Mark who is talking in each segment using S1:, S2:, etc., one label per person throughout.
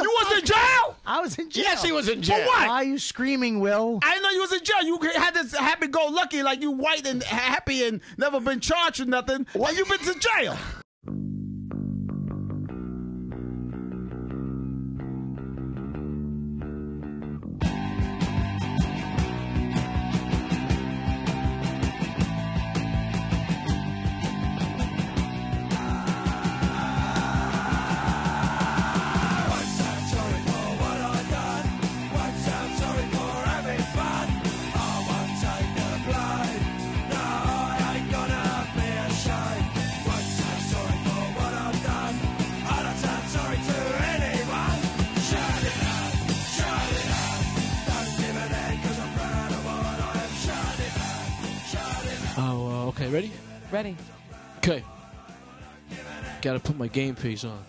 S1: you was in jail?
S2: I was in jail.
S1: Yes, he was in jail.
S2: For what? Why are you screaming, Will?
S1: I didn't know you was in jail. You had this happy-go-lucky, like you white and happy and never been charged with nothing. Why you been to jail?
S3: Oh, uh, okay. Ready?
S4: Ready?
S3: Okay. Gotta put my game face on.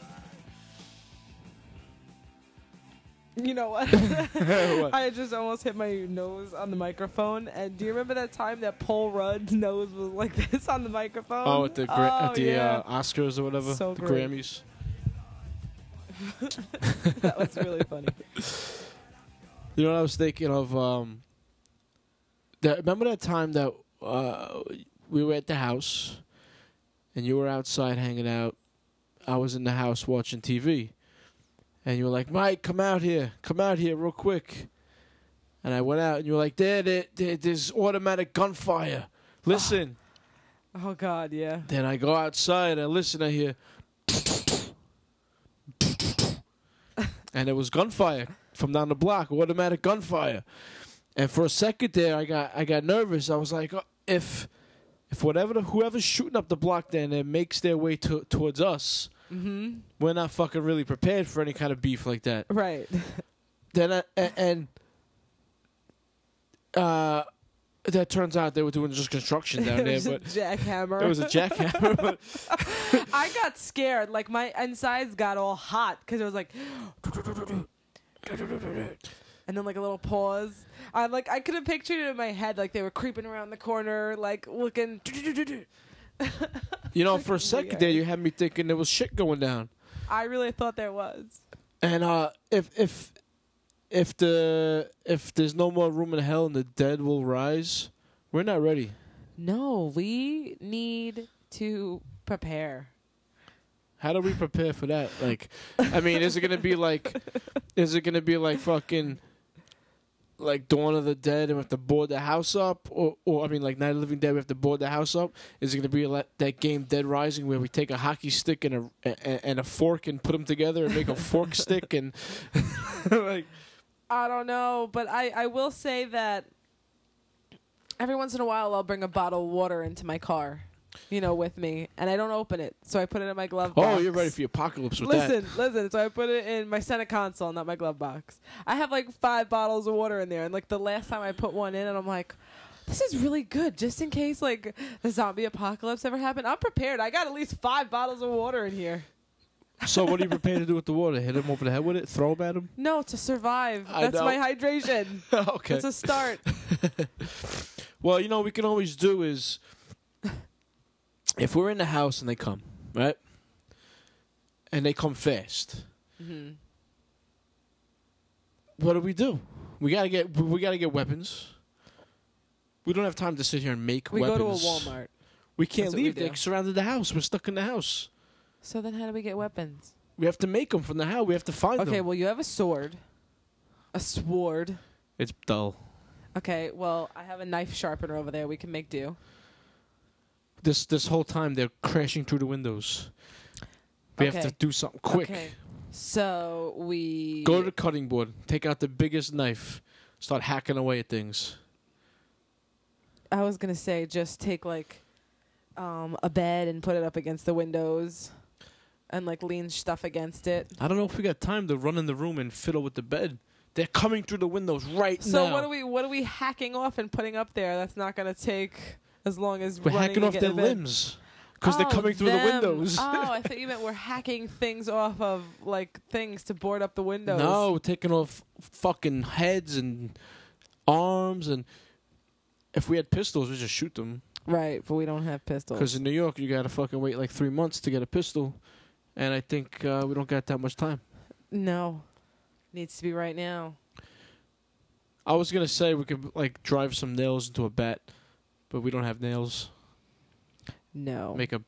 S4: You know what? I just almost hit my nose on the microphone. And do you remember that time that Paul Rudd's nose was like this on the microphone?
S3: Oh, at the gra-
S4: Oh,
S3: at the
S4: yeah.
S3: uh, Oscars or whatever,
S4: So
S3: the
S4: great.
S3: Grammys.
S4: that was really funny.
S3: You know what I was thinking of? Um, that remember that time that uh, we were at the house, and you were outside hanging out. I was in the house watching TV, and you were like, "Mike, come out here, come out here, real quick." And I went out, and you were like, "There, there, there there's automatic gunfire. Listen."
S4: Oh God, yeah.
S3: Then I go outside, I listen, I hear, and it was gunfire from down the block, automatic gunfire. And for a second there, I got I got nervous. I was like, "Oh, if if whatever the, whoever's shooting up the block then it makes their way to, towards us,
S4: Mm-hmm.
S3: we're not fucking really prepared for any kind of beef like that.
S4: Right.
S3: Then I, a- and uh, that turns out they were doing just construction down
S4: it
S3: there,
S4: was
S3: but
S4: a jackhammer.
S3: there was a jackhammer. but
S4: I got scared. Like my insides got all hot because it was like, and then like a little pause. I like I could have pictured it in my head. Like they were creeping around the corner, like looking.
S3: You know, for a second
S4: weird.
S3: there, you had me thinking there was shit going down.
S4: I really thought there was.
S3: And uh, if if if the if there's no more room in hell and the dead will rise, we're not ready.
S4: No, we need to prepare.
S3: How do we prepare for that? Like, I mean, is it gonna be like, is it gonna be like fucking, like Dawn of the Dead, and we have to board the house up, or, or I mean, like Night of the Living Dead, we have to board the house up. Is it gonna be like that game Dead Rising, where we take a hockey stick and a a- and a fork and put them together and make a fork stick and like.
S4: I don't know, but I, I will say that every once in a while I'll bring a bottle of water into my car, you know, with me, and I don't open it, so I put it in my glove box.
S3: Oh, you're ready for your apocalypse with that.
S4: Listen, listen. So I put it in my center console, not my glove box. I have like five bottles of water in there, and like the last time I put one in, and I'm like, this is really good, just in case like the zombie apocalypse ever happened. I'm prepared. I got at least five bottles of water in here.
S3: So what are you prepared to do with the water? Hit him over the head with it? Throw him at him?
S4: No, to survive.
S3: I
S4: That's
S3: know.
S4: my hydration.
S3: okay.
S4: That's a start.
S3: well, you know what we can always do is if we're in the house and they come, right? And they come fast.
S4: Mhm.
S3: What do we do? We gotta get we gotta get weapons. We don't have time to sit here and make
S4: We
S3: weapons.
S4: go to a Walmart.
S3: We can't
S4: That's what we
S3: leave.
S4: do.
S3: they surrounded the house. We're stuck in the house.
S4: So then, how do we get weapons?
S3: We have to make them from the house. We have to find
S4: Okay,
S3: them.
S4: well, you have a sword, a sword.
S3: It's dull.
S4: Okay, well, I have a knife sharpener over there. We can make do.
S3: This this whole time they're crashing through the windows. We have
S4: Okay.
S3: to do something quick.
S4: Okay. So we
S3: Go to the cutting board. Take out the biggest knife. Start hacking away at things.
S4: I was gonna say just take like um, a bed and put it up against the windows, and like lean stuff against it.
S3: I don't know if we got time to run in the room and fiddle with the bed. They're coming through the windows right
S4: So
S3: now.
S4: what are we what are we hacking off and putting up there? That's not gonna take as long as
S3: We're
S4: running
S3: hacking
S4: to
S3: off
S4: get
S3: their
S4: a bed.
S3: limbs because they're
S4: Oh,
S3: coming through
S4: them.
S3: the windows.
S4: oh, I thought you meant we're hacking things off of like things to board up the windows.
S3: No, taking off fucking heads and arms and. If we had pistols, we just shoot them.
S4: right, but we don't have pistols.
S3: Because in New York, you gotta fucking wait like three months to get a pistol, and I think uh, we don't got that much time.
S4: No. Needs to be right now.
S3: I was gonna say we could like drive some nails into a bat, but we don't have nails.
S4: No.
S3: Make a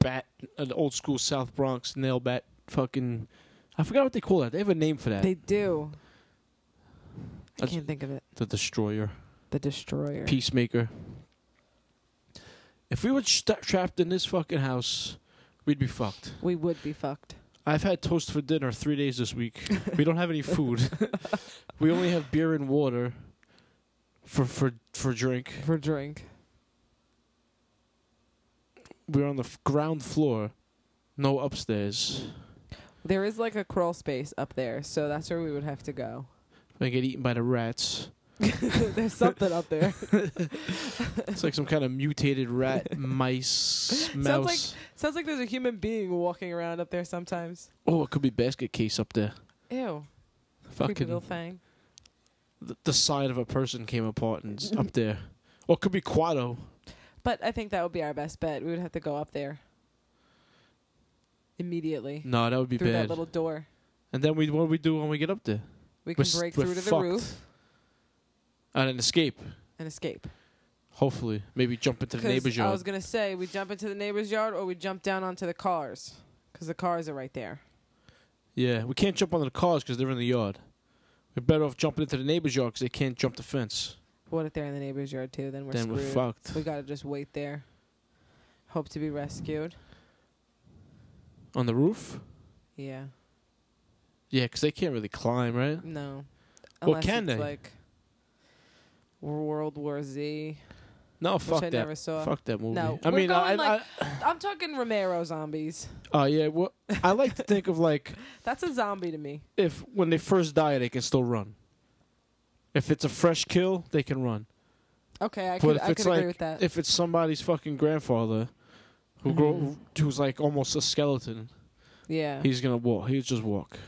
S3: bat, an old school South Bronx nail bat. Fucking, I forgot what they call that. They have a name for that.
S4: they do. I
S3: That's-
S4: can't think of it.
S3: the destroyer,
S4: The destroyer.
S3: peacemaker. If we were st- trapped in this fucking house, we'd be fucked.
S4: we would be fucked.
S3: I've had toast for dinner three days this week. we don't have any food. we only have beer and water for for for drink.
S4: For drink.
S3: We're on the f- ground floor, no upstairs.
S4: There is like a crawl space up there, so that's where we would have to go.
S3: I get eaten by the rats.
S4: There's something up there.
S3: It's like some kind of mutated rat, mice, mouse.
S4: Sounds like there's a human being walking around up there sometimes.
S3: oh, it could be basket case up there.
S4: Ew. Creepy little
S3: Fucking
S4: thing.
S3: the, the side of a person came apart and it's up there. Or it could be Quado.
S4: But I think that would be our best bet. We would have to go up there immediately
S3: No, that would Mm, be
S4: through that
S3: bad.
S4: little door.
S3: and then we what do we do when we get up there?
S4: We
S3: We're
S4: can
S3: s-
S4: break
S3: we're
S4: through to the
S3: fucked.
S4: roof
S3: And then escape.
S4: and escape.
S3: Hopefully, maybe jump into the
S4: 'Cause
S3: neighbor's
S4: I
S3: yard.
S4: was gonna say we jump into the neighbor's yard or we jump down onto the cars because the cars are right there.
S3: yeah, we can't jump onto the cars because they're in the yard. We're better off jumping into the neighbor's yard because they can't jump the fence.
S4: What if they're in the neighbor's yard too? Then we're
S3: then
S4: screwed.
S3: we're fucked.
S4: We gotta just wait there, hope to be rescued.
S3: On the roof?
S4: Yeah.
S3: Yeah, because they can't really climb, right?
S4: No.
S3: Well,
S4: Unless
S3: can
S4: it's
S3: they?
S4: like World War Z.
S3: No, fuck
S4: I
S3: that.
S4: never saw.
S3: Fuck that movie.
S4: No,
S3: I
S4: we're
S3: mean, I,
S4: going, like-
S3: I,
S4: I'm talking Romero zombies.
S3: Oh yeah, well, I like to think of like
S4: That's a zombie to me.
S3: if when they first die, they can still run. If it's a fresh kill, they can run.
S4: Okay, I
S3: But
S4: could
S3: if
S4: I could
S3: it's
S4: agree
S3: like-
S4: with that.
S3: If it's somebody's fucking grandfather, who grow, who's like almost a skeleton,
S4: Mm-hmm. yeah.
S3: he's gonna walk. He'll just walk.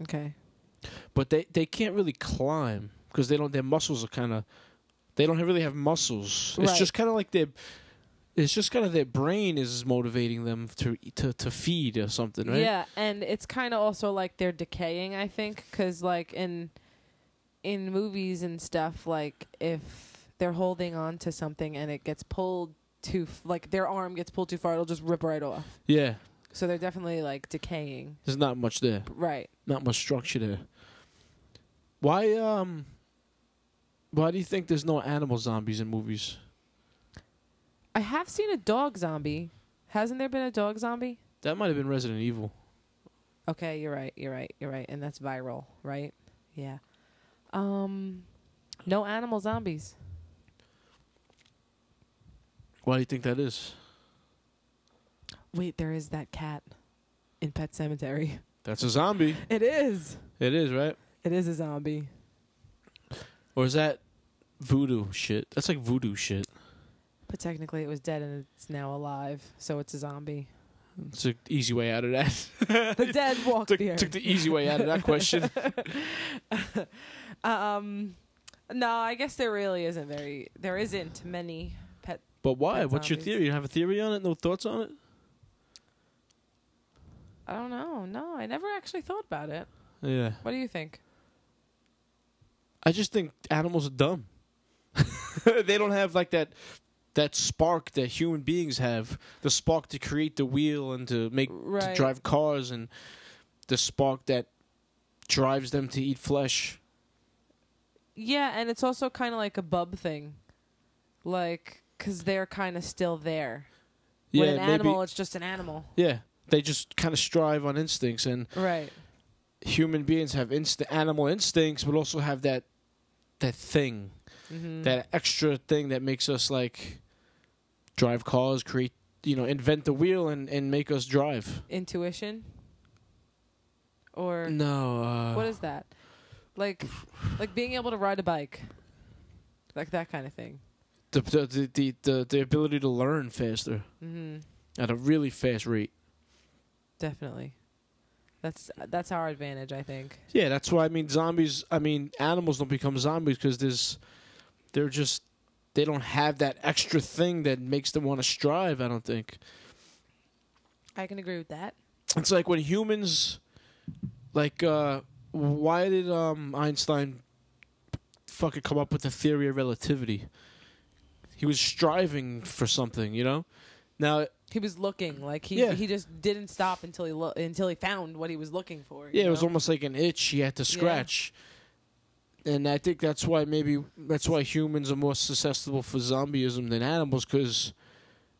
S4: Okay.
S3: But they they can't really climb because they don't. Their muscles are kind of. They don't really have muscles. It's
S4: Right.
S3: just kind of like their. It's just kind of their brain is motivating them to to to feed or something, right?
S4: Yeah, and it's kind of also like they're decaying. I think because like in in movies and stuff, like if they're holding on to something and it gets pulled too, f- like their arm gets pulled too far, it'll just rip right off.
S3: Yeah.
S4: So they're definitely like decaying.
S3: There's not much there.
S4: Right.
S3: not much structure there. Why um why do you think there's no animal zombies in movies?
S4: I have seen a dog zombie. Hasn't there been a dog zombie?
S3: That might have been Resident Evil.
S4: Okay, you're right. You're right. You're right. And that's viral, right? Yeah. Um, no animal zombies.
S3: Why do you think that is?
S4: Wait, there is that cat in Pet Cemetery.
S3: That's a zombie.
S4: It is.
S3: It is, right?
S4: It is a zombie.
S3: Or is that voodoo shit? That's like voodoo shit.
S4: But technically, it was dead and it's now alive, so it's a zombie.
S3: It's an easy way out of that.
S4: The dead walked
S3: took,
S4: the earth.
S3: took the e- easy way out of that question.
S4: um, no, I guess there really isn't very. There isn't many pet.
S3: But why?
S4: Pet
S3: What's your
S4: zombies.
S3: theory? You have a theory on it? No thoughts on it?
S4: I don't know. No, I never actually thought about it.
S3: Yeah.
S4: What do you think?
S3: I just think animals are dumb. they don't have like that that spark that human beings have. The spark to create the wheel and to make
S4: Right.
S3: to drive cars and the spark that drives them to eat flesh.
S4: Yeah, and it's also kind of like a bub thing, like because they're kind of still there. When an animal, it's just an animal,
S3: yeah. They just kind of strive on instincts and
S4: right?
S3: human beings have inst- animal instincts but also have that that thing,
S4: Mm-hmm.
S3: that extra thing that makes us like drive cars, create, you know, invent the wheel and and make us drive.
S4: intuition, or
S3: No. Uh,
S4: what is that? Like, like being able to ride a bike, like that kind of thing.
S3: the, the, the, the, the, the ability to learn faster
S4: Mm-hmm.
S3: at a really fast rate?
S4: Definitely, that's that's our advantage, I think.
S3: Yeah, that's why I mean zombies. I mean animals don't become zombies because there's they're just they don't have that extra thing that makes them want to strive. I don't think
S4: I can agree with that.
S3: it's like when humans like uh why did um, Einstein fucking come up with the theory of relativity? He was striving for something, you know. Now,
S4: He was looking like he
S3: Yeah.
S4: he just didn't stop until he lo- until he found what he was looking for. you
S3: yeah, it was
S4: know?
S3: almost like an itch he had to scratch, and I think that's why maybe that's why humans are more susceptible for zombieism than animals. Because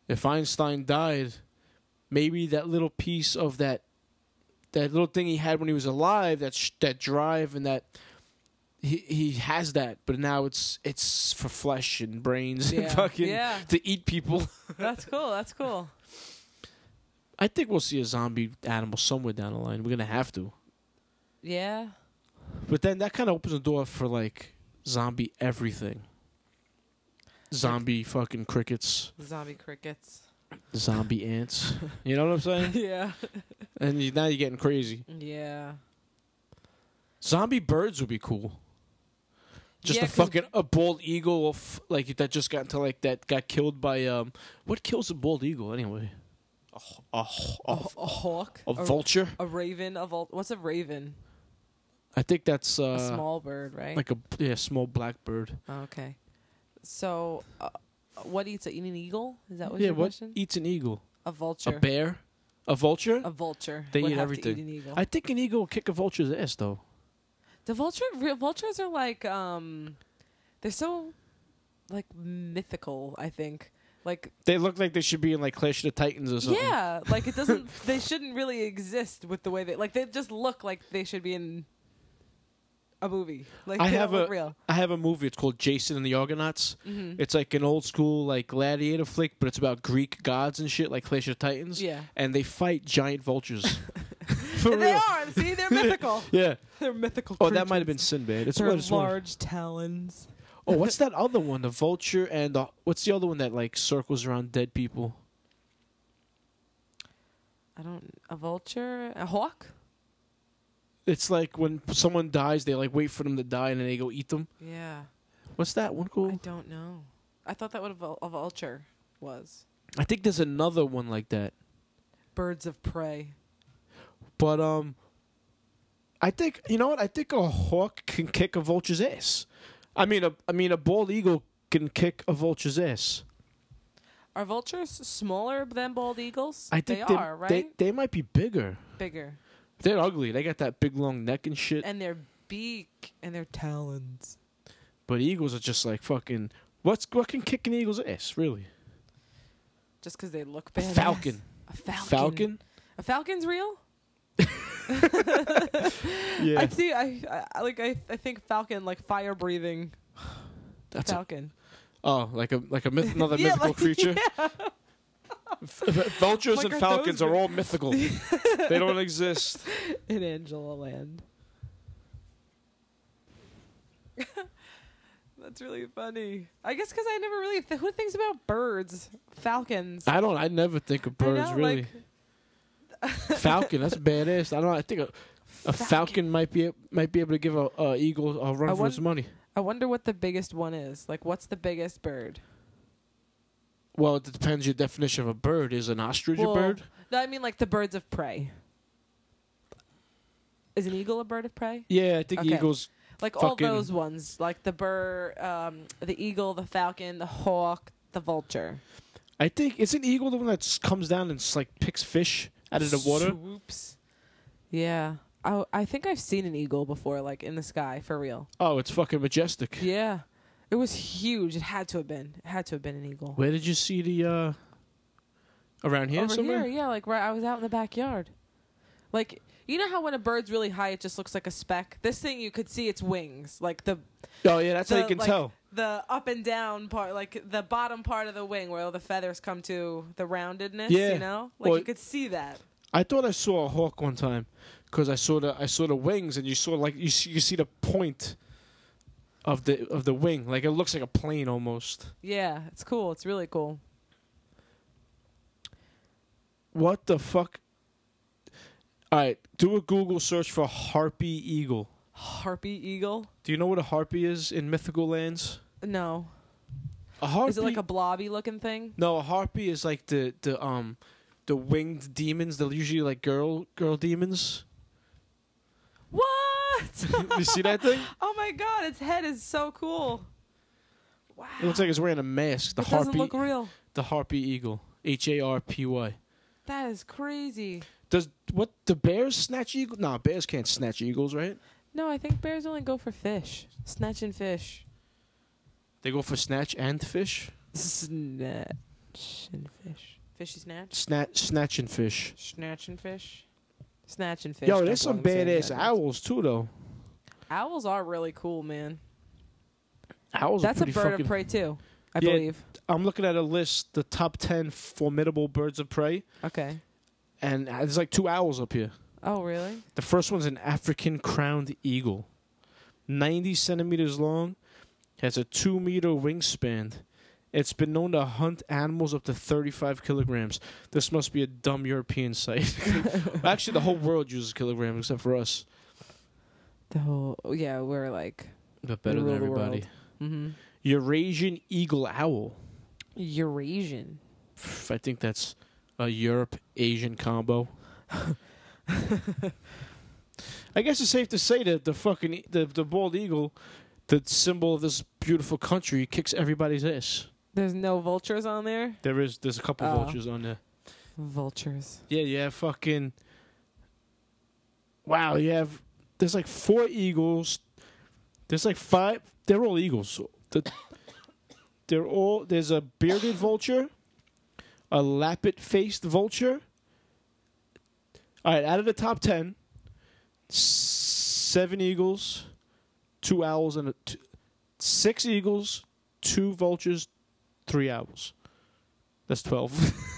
S3: if Einstein died, maybe that little piece of that that little thing he had when he was alive, that sh- that drive and that he he has that, but now it's it's for flesh and brains and
S4: Yeah.
S3: fucking
S4: Yeah.
S3: to eat people.
S4: that's cool. That's cool.
S3: I think we'll see a zombie animal somewhere down the line. We're gonna have to.
S4: Yeah.
S3: But then that kind of opens the door for like zombie everything. Zombie fucking crickets,
S4: Zombie crickets.
S3: zombie ants. You know what I'm saying?
S4: yeah.
S3: And you, now you're getting crazy.
S4: Yeah.
S3: Zombie birds would be cool. Just
S4: Yeah,
S3: a
S4: 'cause-
S3: fucking a bald eagle, f- like that just got into like that got killed by um. What kills a bald eagle anyway? A h- A, h- a,
S4: A,
S3: h-
S4: a hawk.
S3: a vulture.
S4: a raven. A vol- What's a raven?
S3: I think that's uh,
S4: a small bird, right?
S3: like a yeah small black bird.
S4: Oh, okay. So, uh, what eats it? Eat an eagle? Is that what
S3: yeah,
S4: your
S3: what
S4: question?
S3: eats an eagle?
S4: a vulture.
S3: A bear? A vulture?
S4: A vulture.
S3: They
S4: would
S3: eat
S4: have
S3: everything.
S4: To eat an eagle.
S3: I think an eagle will kick a vulture's ass though.
S4: the vulture. re- Vultures are like um, they're so like mythical. I think like
S3: They look like they should be in like Clash of the Titans or something.
S4: yeah, like it doesn't. they shouldn't really exist with the way they like. They just look like they should be in a movie. Like
S3: I
S4: they
S3: have
S4: don't
S3: a
S4: look real. Mm-hmm.
S3: I have a movie. It's called Jason and the Argonauts. It's like an old school like gladiator flick, but it's about Greek gods and shit, like Clash of the Titans.
S4: Yeah.
S3: and they fight giant vultures. For
S4: And
S3: real.
S4: they are. See, they're mythical.
S3: Yeah.
S4: They're mythical.
S3: Oh, that might have
S4: creatures.
S3: been Sinbad. It's
S4: They're
S3: what it's one-
S4: large talons.
S3: Oh, what's that other one? The vulture and the, what's the other one that like circles around dead people?
S4: I don't. A vulture, a hawk.
S3: It's like when someone dies, they like wait for them to die and then they go eat them.
S4: Yeah,
S3: What's that one
S4: I
S3: called?
S4: don't know. I thought that what a, vul- a vulture was.
S3: I think there's another one like that.
S4: Birds of prey.
S3: But um, I think you know what? I think a hawk can kick a vulture's ass. I mean, a I mean a bald eagle can kick a vulture's ass.
S4: Are vultures smaller than bald eagles?
S3: I think
S4: they are, right?
S3: They, they might be bigger.
S4: Bigger,
S3: They're ugly. They got that big long neck and shit.
S4: and their beak and their talons.
S3: but eagles are just like fucking. What's what can kick an eagle's ass? Really?
S4: Just because they look
S3: A
S4: bad.
S3: falcon.
S4: A falcon.
S3: Falcon.
S4: A falcon's real.
S3: Yeah.
S4: I see. I, I- I like. I, I think falcon like fire breathing
S3: That's a,
S4: falcon.
S3: oh, like a like a myth, another
S4: Yeah,
S3: mythical
S4: like-
S3: creature. Vultures
S4: Like,
S3: and
S4: are those
S3: falcons are
S4: the-
S3: all mythical. they don't exist.
S4: in Angela Land. That's really funny. I guess because I never really th- who thinks about birds, falcons.
S3: I don't. I never think of
S4: I
S3: birds
S4: know,
S3: really. falcon. That's badass. I don't. I think a, a falcon. might be might be able to give a, a eagle a run
S4: I
S3: for
S4: won-
S3: his money.
S4: I wonder what the biggest one is. Like, what's the biggest bird?
S3: Well, it depends. Your definition of a bird is an ostrich
S4: Well,
S3: a bird?
S4: No, I mean like the birds of prey. Is an eagle a bird of prey?
S3: Yeah, I think
S4: Okay.
S3: eagles.
S4: Like
S3: Fucking-
S4: all those ones, like the bird, um, the eagle, the falcon, the hawk, the vulture.
S3: I think it's an eagle the one that s- comes down and s- like picks fish out of the water.
S4: Swoops. Yeah. I I think I've seen an eagle before, like in the sky for real.
S3: Oh, it's fucking majestic.
S4: Yeah. It was huge. It had to have been. It had to have been an eagle.
S3: Where did you see the? uh Around here
S4: Over
S3: somewhere.
S4: here, yeah, like right I was out in the backyard. Like you know how when a bird's really high it just looks like a speck? This thing you could see its wings. Like the
S3: Oh yeah, that's how you
S4: the,
S3: can
S4: like,
S3: tell.
S4: The up and down part, like the bottom part of the wing where all the feathers come to the roundedness,
S3: Yeah.
S4: you know? Like
S3: Or-
S4: you could see that.
S3: I thought I saw a hawk one time because I saw the I saw the wings and you saw like you see, you see the point of the of the wing like it looks like a plane almost.
S4: Yeah, it's cool. It's really cool.
S3: What the fuck? All right, do a Google search for harpy eagle.
S4: Harpy eagle?
S3: Do you know what a harpy is in mythical lands?
S4: No.
S3: A harpy
S4: Is it like a blobby looking thing?
S3: no? A harpy is like the the um the winged demons. They're usually like girl girl demons.
S4: What? That's
S3: you see that thing?
S4: oh my god, its head is so cool. Wow,
S3: It looks like it's wearing a mask. The
S4: it doesn't
S3: harpy,
S4: look real.
S3: the harpy eagle, H A R P Y.
S4: That is crazy.
S3: Does what the bears snatch eagle? Nah, bears can't snatch eagles, right?
S4: No, I think bears only go for fish, snatching fish,
S3: They go for snatch and fish.
S4: snatching fish, fishy snatch,
S3: Snatch, snatch and fish.
S4: snatching fish, snatching fish.
S3: Yo,
S4: don't
S3: there's some
S4: belong to
S3: badass
S4: same sentence.
S3: owls too, though.
S4: Owls are really cool, man.
S3: Owls.
S4: That's
S3: are
S4: a
S3: pretty
S4: bird
S3: fucking,
S4: of prey too, I
S3: Yeah.
S4: believe.
S3: I'm looking at a list, the top ten formidable birds of prey,
S4: Okay.
S3: and uh, there's like two owls up here.
S4: Oh, really?
S3: The first one's an African crowned eagle, 90 centimeters long, has a 2 meter wingspan. It's been known to hunt animals up to 35 kilograms. This must be a dumb European sight. Actually, the whole world uses kilograms except for us.
S4: The whole oh, yeah, we're like
S3: But
S4: We
S3: better than
S4: rule the
S3: everybody.
S4: world. mm-hmm.
S3: Eurasian eagle owl.
S4: Eurasian.
S3: Pff, I think that's a Europe Asian combo. I guess it's safe to say that the fucking e- the, the bald eagle, the symbol of this beautiful country, kicks everybody's ass.
S4: There's no vultures on there.
S3: There is there's a couple
S4: Oh.
S3: vultures on there.
S4: Vultures.
S3: Yeah, yeah, fucking. Wow, you have there's like four eagles. There's like five. They're all eagles. The- they're all there's a bearded vulture, a lappet faced vulture. All right, out of the top ten, s- seven eagles, two owls, and a t- six eagles, two vultures, three owls. That's twelve.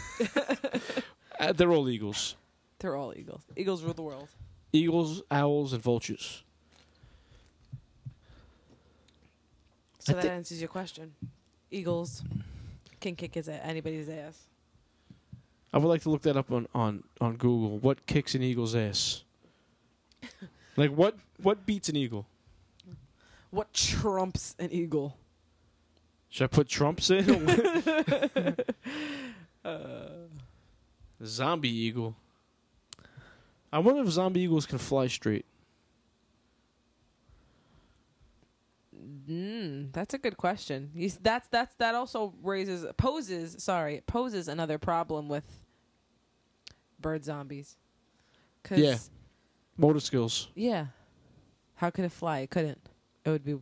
S3: Uh, they're all eagles.
S4: They're all eagles. Eagles rule the world.
S3: Eagles, owls, and vultures.
S4: So
S3: I
S4: that
S3: thi-
S4: answers your question. Eagles can kick his ass, anybody's ass.
S3: I would like to look that up on, on, on Google. What kicks an eagle's ass? like what what beats an eagle?
S4: What trumps an eagle?
S3: Should I put trumps in? zombie eagle. I wonder if zombie eagles can fly straight.
S4: Mm, that's a good question. You, s- that's that's that also raises poses. Sorry, poses another problem with bird zombies. 'Cause-
S3: Yeah. Motor skills.
S4: Yeah. How could it fly? It couldn't. It would be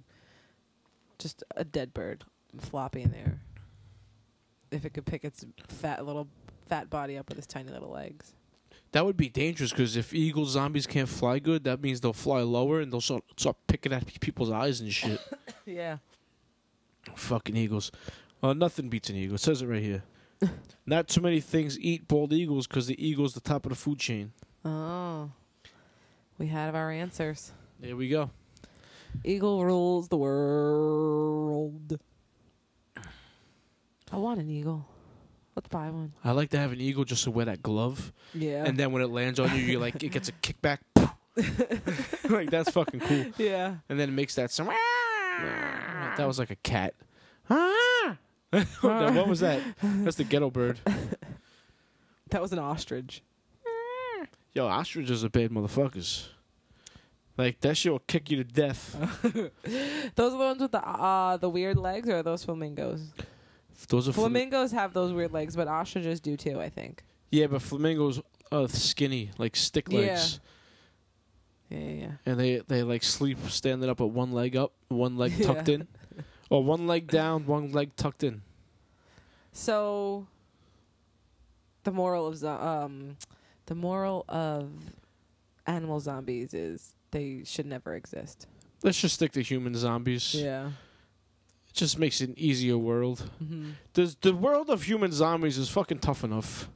S4: just a dead bird flopping in there. If it could pick its fat little fat body up with its tiny little legs.
S3: That would be dangerous because if eagle zombies can't fly good, that means they'll fly lower and they'll start, start picking at people's eyes and shit.
S4: Yeah.
S3: Fucking eagles. Uh, nothing beats an eagle. It says it right here. Not too many things eat bald eagles because the eagle's the top of the food chain.
S4: Oh. We have our answers.
S3: There we go.
S4: Eagle rules the world. I want an eagle. Let's buy one.
S3: I like to have an eagle just to wear that glove,
S4: Yeah.
S3: and then when it lands on you, you like it gets a kickback. like that's fucking cool.
S4: yeah.
S3: And then it makes that sound. That was like a cat. Ah! No, what was that? That's the ghetto bird.
S4: That was an ostrich.
S3: Yo, ostriches are bad motherfuckers. Like that shit will kick you to death.
S4: Uh, Those are the ones with the uh the weird legs or are those flamingos?
S3: Those are flam-
S4: Flamingos have those weird legs, but ostriches do too, I think.
S3: Yeah, but flamingos are skinny, like stick
S4: Yeah.
S3: legs,
S4: Yeah, yeah, yeah.
S3: and they they like sleep standing up with one leg up, one leg
S4: Yeah.
S3: tucked in, or one leg down, one leg tucked in.
S4: So the moral of zo- um the moral of animal zombies is they should never exist.
S3: Let's just stick to human zombies.
S4: Yeah.
S3: It just makes it an easier world.
S4: Mm-hmm.
S3: The the world of human zombies is fucking tough enough.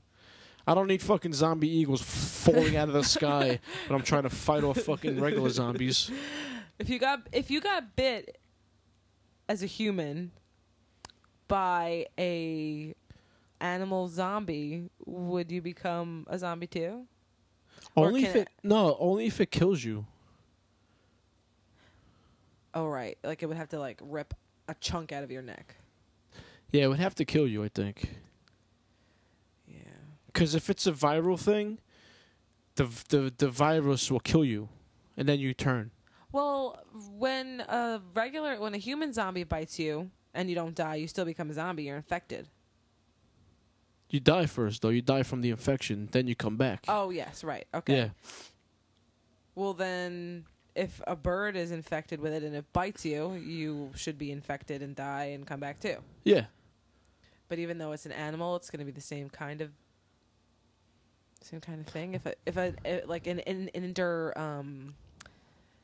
S3: I don't need fucking zombie eagles falling out of the sky when I'm trying to fight off fucking regular zombies.
S4: If you got if you got bit as a human by a animal zombie, would you become a zombie too? Or
S3: Only
S4: can
S3: if it, no, only if it kills you.
S4: Oh right, like it would have to like rip a chunk out of your neck.
S3: Yeah, it would have to kill you, I think.
S4: Yeah.
S3: Because if it's a viral thing, the the the virus will kill you, and then you turn.
S4: Well, when a regular when a human zombie bites you and you don't die, you still become a zombie. You're infected.
S3: You die first, though. You die from the infection, then you come back.
S4: Oh yes, right. Okay.
S3: Yeah.
S4: Well then, if a bird is infected with it and it bites you, you should be infected and die and come back too.
S3: Yeah.
S4: But even though it's an animal, it's going to be the same kind of same kind of thing. If a, if a eh, like an, an inter um,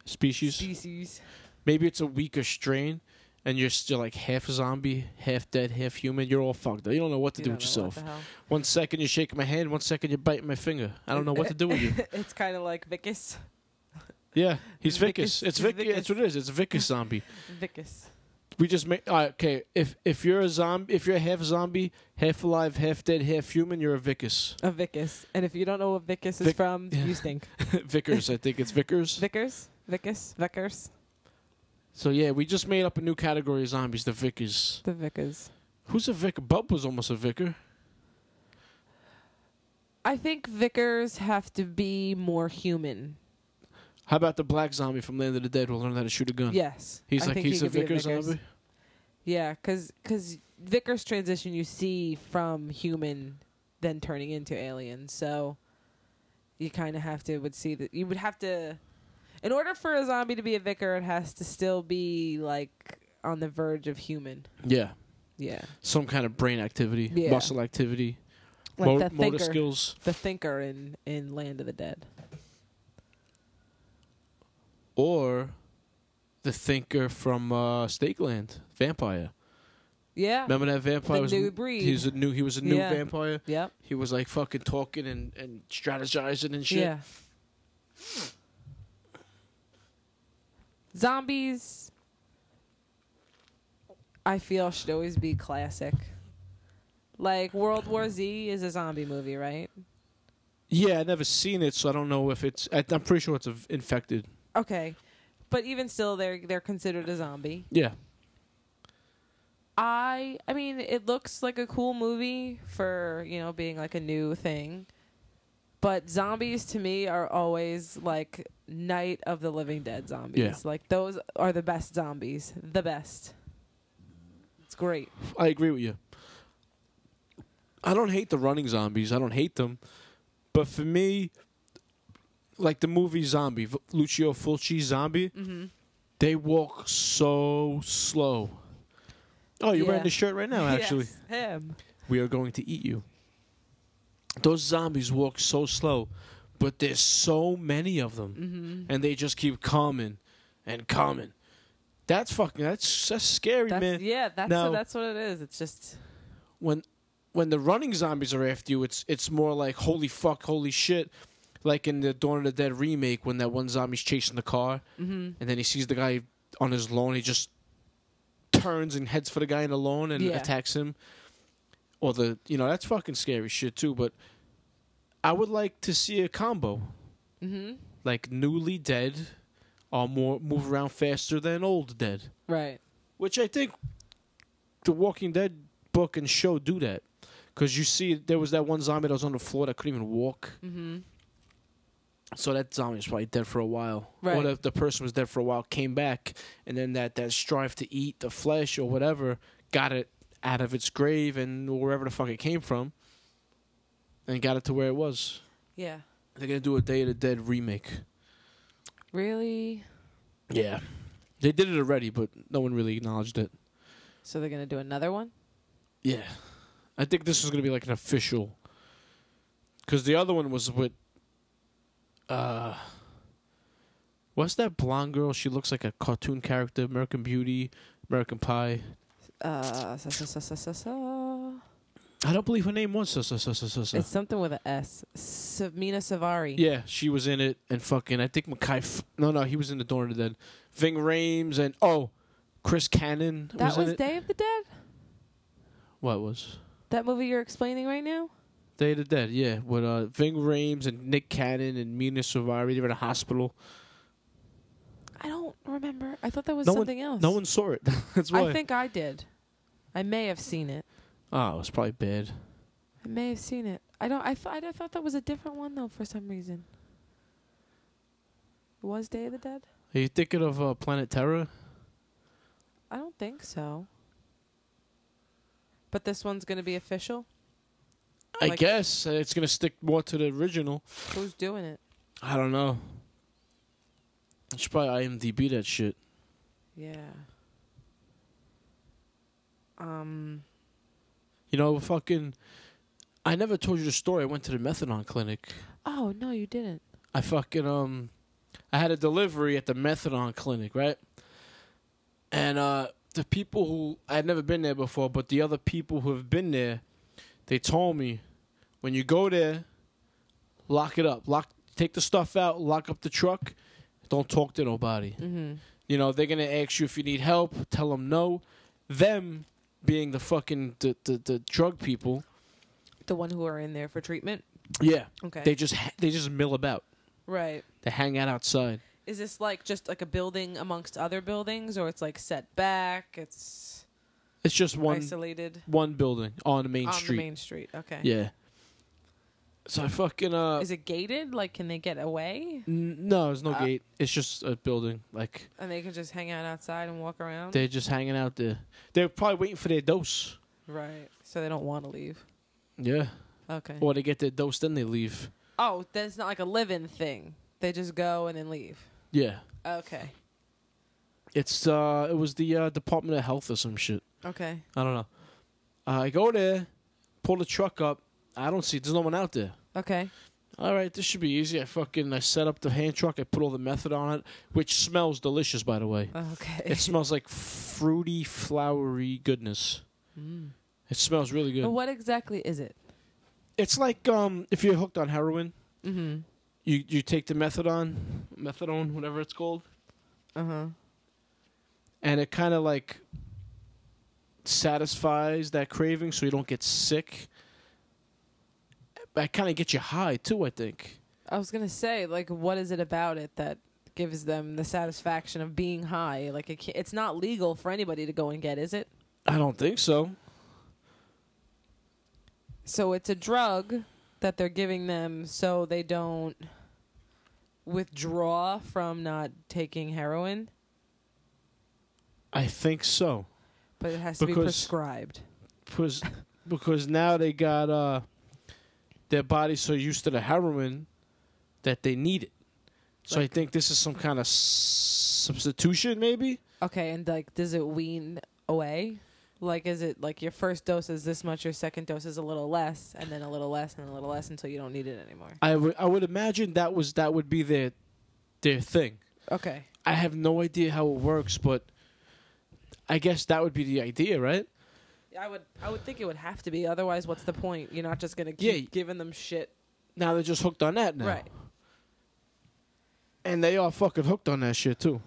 S3: Species.
S4: species,
S3: Maybe it's a weaker strain, and you're still like half zombie, half dead, half human. You're all fucked. up. You don't know what to
S4: you
S3: do
S4: don't
S3: with
S4: know
S3: yourself.
S4: what the hell.
S3: One second you shake my hand, one second you bite my finger. I don't know what to do with you.
S4: it's kind of like Vicus.
S3: Yeah, he's
S4: Vicus.
S3: Vicus. It's
S4: He's
S3: Vic. It's
S4: Vicus.
S3: what it is. It's Vicus zombie.
S4: Vicus.
S3: We just make all right, okay. If if you're a zombie, if you're half zombie, half alive, half dead, half human, you're a Vicus.
S4: A Vicus. And if you don't know what Vicus is
S3: Vic-
S4: from,
S3: yeah.
S4: you stink.
S3: Vickers, I think it's Vickers.
S4: Vickers? Vicus? Vickers?
S3: So yeah, we just made up a new category of zombies, the Vickers.
S4: The Vickers.
S3: Who's a Vic? Bub was almost a Vicar.
S4: I think Vickers have to be more human.
S3: How about the black zombie from Land of the Dead? Will learn how to shoot a gun.
S4: Yes.
S3: he's
S4: I
S3: like
S4: think
S3: he's
S4: he
S3: a
S4: could be
S3: Vicker zombie.
S4: Yeah, because Vickers transition you see from human, then turning into alien. So you kind of have to would see that you would have to, in order for a zombie to be a Vicker, it has to still be like on the verge of human.
S3: Yeah,
S4: Yeah,
S3: some kind of brain activity,
S4: Yeah.
S3: muscle activity,
S4: like
S3: mo-
S4: the
S3: motor
S4: thinker,
S3: skills.
S4: the thinker in in Land of the Dead.
S3: or the thinker from uh, Stakeland, vampire.
S4: Yeah.
S3: Remember that vampire
S4: The
S3: was
S4: new breed.
S3: He was a new. He was a new
S4: Yeah.
S3: vampire.
S4: Yep.
S3: He was like fucking talking and, and strategizing and shit.
S4: Yeah. Zombies, I feel, should always be classic. Like, World War Z is a zombie movie, right?
S3: Yeah, I never seen it, so I don't know if it's. I, I'm pretty sure it's a v- infected.
S4: Okay. But even still, they're they're considered a zombie.
S3: Yeah,
S4: I I mean, it looks like a cool movie for you know being like a new thing, but zombies to me are always like Night of the Living Dead zombies.
S3: Yeah.
S4: Like those are the best zombies, the best. It's great.
S3: I agree with you. I don't hate the running zombies. I don't hate them, but for me, like the movie Zombie, V- Lucio Fulci Zombie,
S4: Mm-hmm.
S3: they walk so slow. Oh, you're
S4: Yeah.
S3: wearing the shirt right now, actually.
S4: him.
S3: we are going to eat you. Those zombies walk so slow, but there's so many of them,
S4: Mm-hmm.
S3: and they just keep coming and coming. That's fucking. That's that's scary, man.
S4: That's, yeah, that's
S3: Now-
S4: what, that's what it is. It's just
S3: When when the running zombies are after you, it's it's more like holy fuck, holy shit. Like in the Dawn of the Dead remake, when that one zombie's chasing the car,
S4: hmm
S3: and then he sees the guy on his lawn. He just turns and heads for the guy in the lawn and
S4: Yeah.
S3: attacks him. Or the you know that's fucking scary shit too. But I would like to see a combo
S4: hmm
S3: like newly dead are more move around faster than old dead,
S4: right.
S3: which I think the Walking Dead book and show do that. Cause you see, there was that one zombie that was on the floor that couldn't even walk.
S4: Mm-hmm.
S3: So that zombie was probably dead for a while.
S4: Right.
S3: Or the, the person was dead for a while, came back, and then that, that strive to eat the flesh or whatever got it out of its grave and wherever the fuck it came from and got it to where it was.
S4: Yeah.
S3: They're going to do a Day of the Dead remake.
S4: Really.
S3: Yeah. They did it already, but no one really acknowledged it.
S4: So they're gonna do another one.
S3: Yeah. I think this is going to be like an official. Because the other one was with. Uh, what's that blonde girl? She looks like a cartoon character. American Beauty, American Pie.
S4: Uh, so, so, so, so, so, so.
S3: I don't believe her name was. So, so, so, so, so, so.
S4: It's something with an S. Samina Savari.
S3: Yeah, she was in it. And fucking, I think Mackay. F- no, no, he was in The Dawn of the Dead. Ving Rames and. Oh, Chris Cannon.
S4: That was,
S3: was, in it.
S4: Day of the Dead?
S3: What was?
S4: That movie you're explaining right now?
S3: Day of the Dead, yeah, with uh, Ving Rhames and Nick Cannon and Mina Savari. They were in a hospital.
S4: I don't remember. I thought that was
S3: No one-
S4: something else.
S3: No one saw it. That's why.
S4: I think I did. I may have seen it.
S3: oh, it's probably bad.
S4: I may have seen it. I don't I thought I thought that was a different one though for some reason. It was Day of the Dead?
S3: Are you thinking of uh, Planet Terror?
S4: I don't think so. But this one's gonna be official.
S3: I
S4: Like-
S3: guess uh, it's gonna stick more to the original.
S4: Who's doing it?
S3: I don't know. I should probably IMDb that shit.
S4: Yeah. Um.
S3: You know, fucking. I never told you the story. I went to the methadone clinic.
S4: Oh no, you didn't.
S3: I fucking um, I had a delivery at the methadone clinic, right? And uh, the people who I had never been there before, but the other people who have been there, they told me, when you go there, lock it up, lock, take the stuff out, lock up the truck, don't talk to nobody.
S4: Mm-hmm.
S3: You know, they're gonna ask you if you need help. Tell them no. Them being the fucking the the, the drug people.
S4: The one who are in there for treatment.
S3: Yeah,
S4: Okay.
S3: they just ha- they just mill about.
S4: right.
S3: They hang out outside.
S4: Is this like just like a building amongst other buildings, or it's like set back? It's
S3: It's just one
S4: isolated
S3: one building on the main
S4: on
S3: street.
S4: the main street. Okay.
S3: Yeah. So I fucking uh.
S4: Is it gated? Like, can they get away?
S3: n- no, there's no
S4: Uh,
S3: gate. It's just a building. Like
S4: And they can just hang out outside and walk around.
S3: they're just hanging out there. They're probably waiting for their dose.
S4: right. So they don't want to leave.
S3: Yeah.
S4: Okay.
S3: Or they get their dose, then they leave.
S4: Oh, then it's not like a live-in thing. They just go and then leave.
S3: Yeah.
S4: Okay.
S3: It's uh. It was the uh, Department of Health or some shit.
S4: Okay.
S3: I don't know. Uh, I go there, pull the truck up. I don't see. There's no one out there.
S4: Okay.
S3: All right, this should be easy. I fucking I set up the hand truck. I put all the method on it, which smells delicious, by the way.
S4: Okay.
S3: It smells like fruity, flowery goodness.
S4: Mm.
S3: It smells really
S4: But
S3: good.
S4: Oh, what exactly is it?
S3: It's like um, if you're hooked on heroin,
S4: Mm-hmm.
S3: you you take the methadone, methadone, whatever it's called,
S4: Uh huh.
S3: and it kind of like satisfies that craving, so you don't get sick. I kind of get you high too. I think.
S4: I was gonna say, like, what is it about it that gives them the satisfaction of being high? Like, it can't, it's not legal for anybody to go and get, is it?
S3: I don't think so.
S4: So it's a drug that they're giving them so they don't withdraw from not taking heroin,
S3: I think so.
S4: but it has to be
S3: Because-
S4: prescribed.
S3: because because now they got uh their body so used to the heroin that they need it. So I
S4: Like-
S3: think this is some kind of s- substitution, maybe.
S4: Okay, and like, does it wean away? Like, is it like your first dose is this much, your second dose is a little less, and then a little less, and a little less until you don't need it anymore?
S3: I would I would imagine that was that would be their their thing.
S4: Okay.
S3: I have no idea how it works, but I guess that would be the idea, right?
S4: I would I would think it would have to be. Otherwise, what's the point? You're not just gonna keep
S3: Yeah.
S4: giving them shit.
S3: Now they're just hooked on that now,
S4: Right.
S3: And they are fucking hooked on that shit too.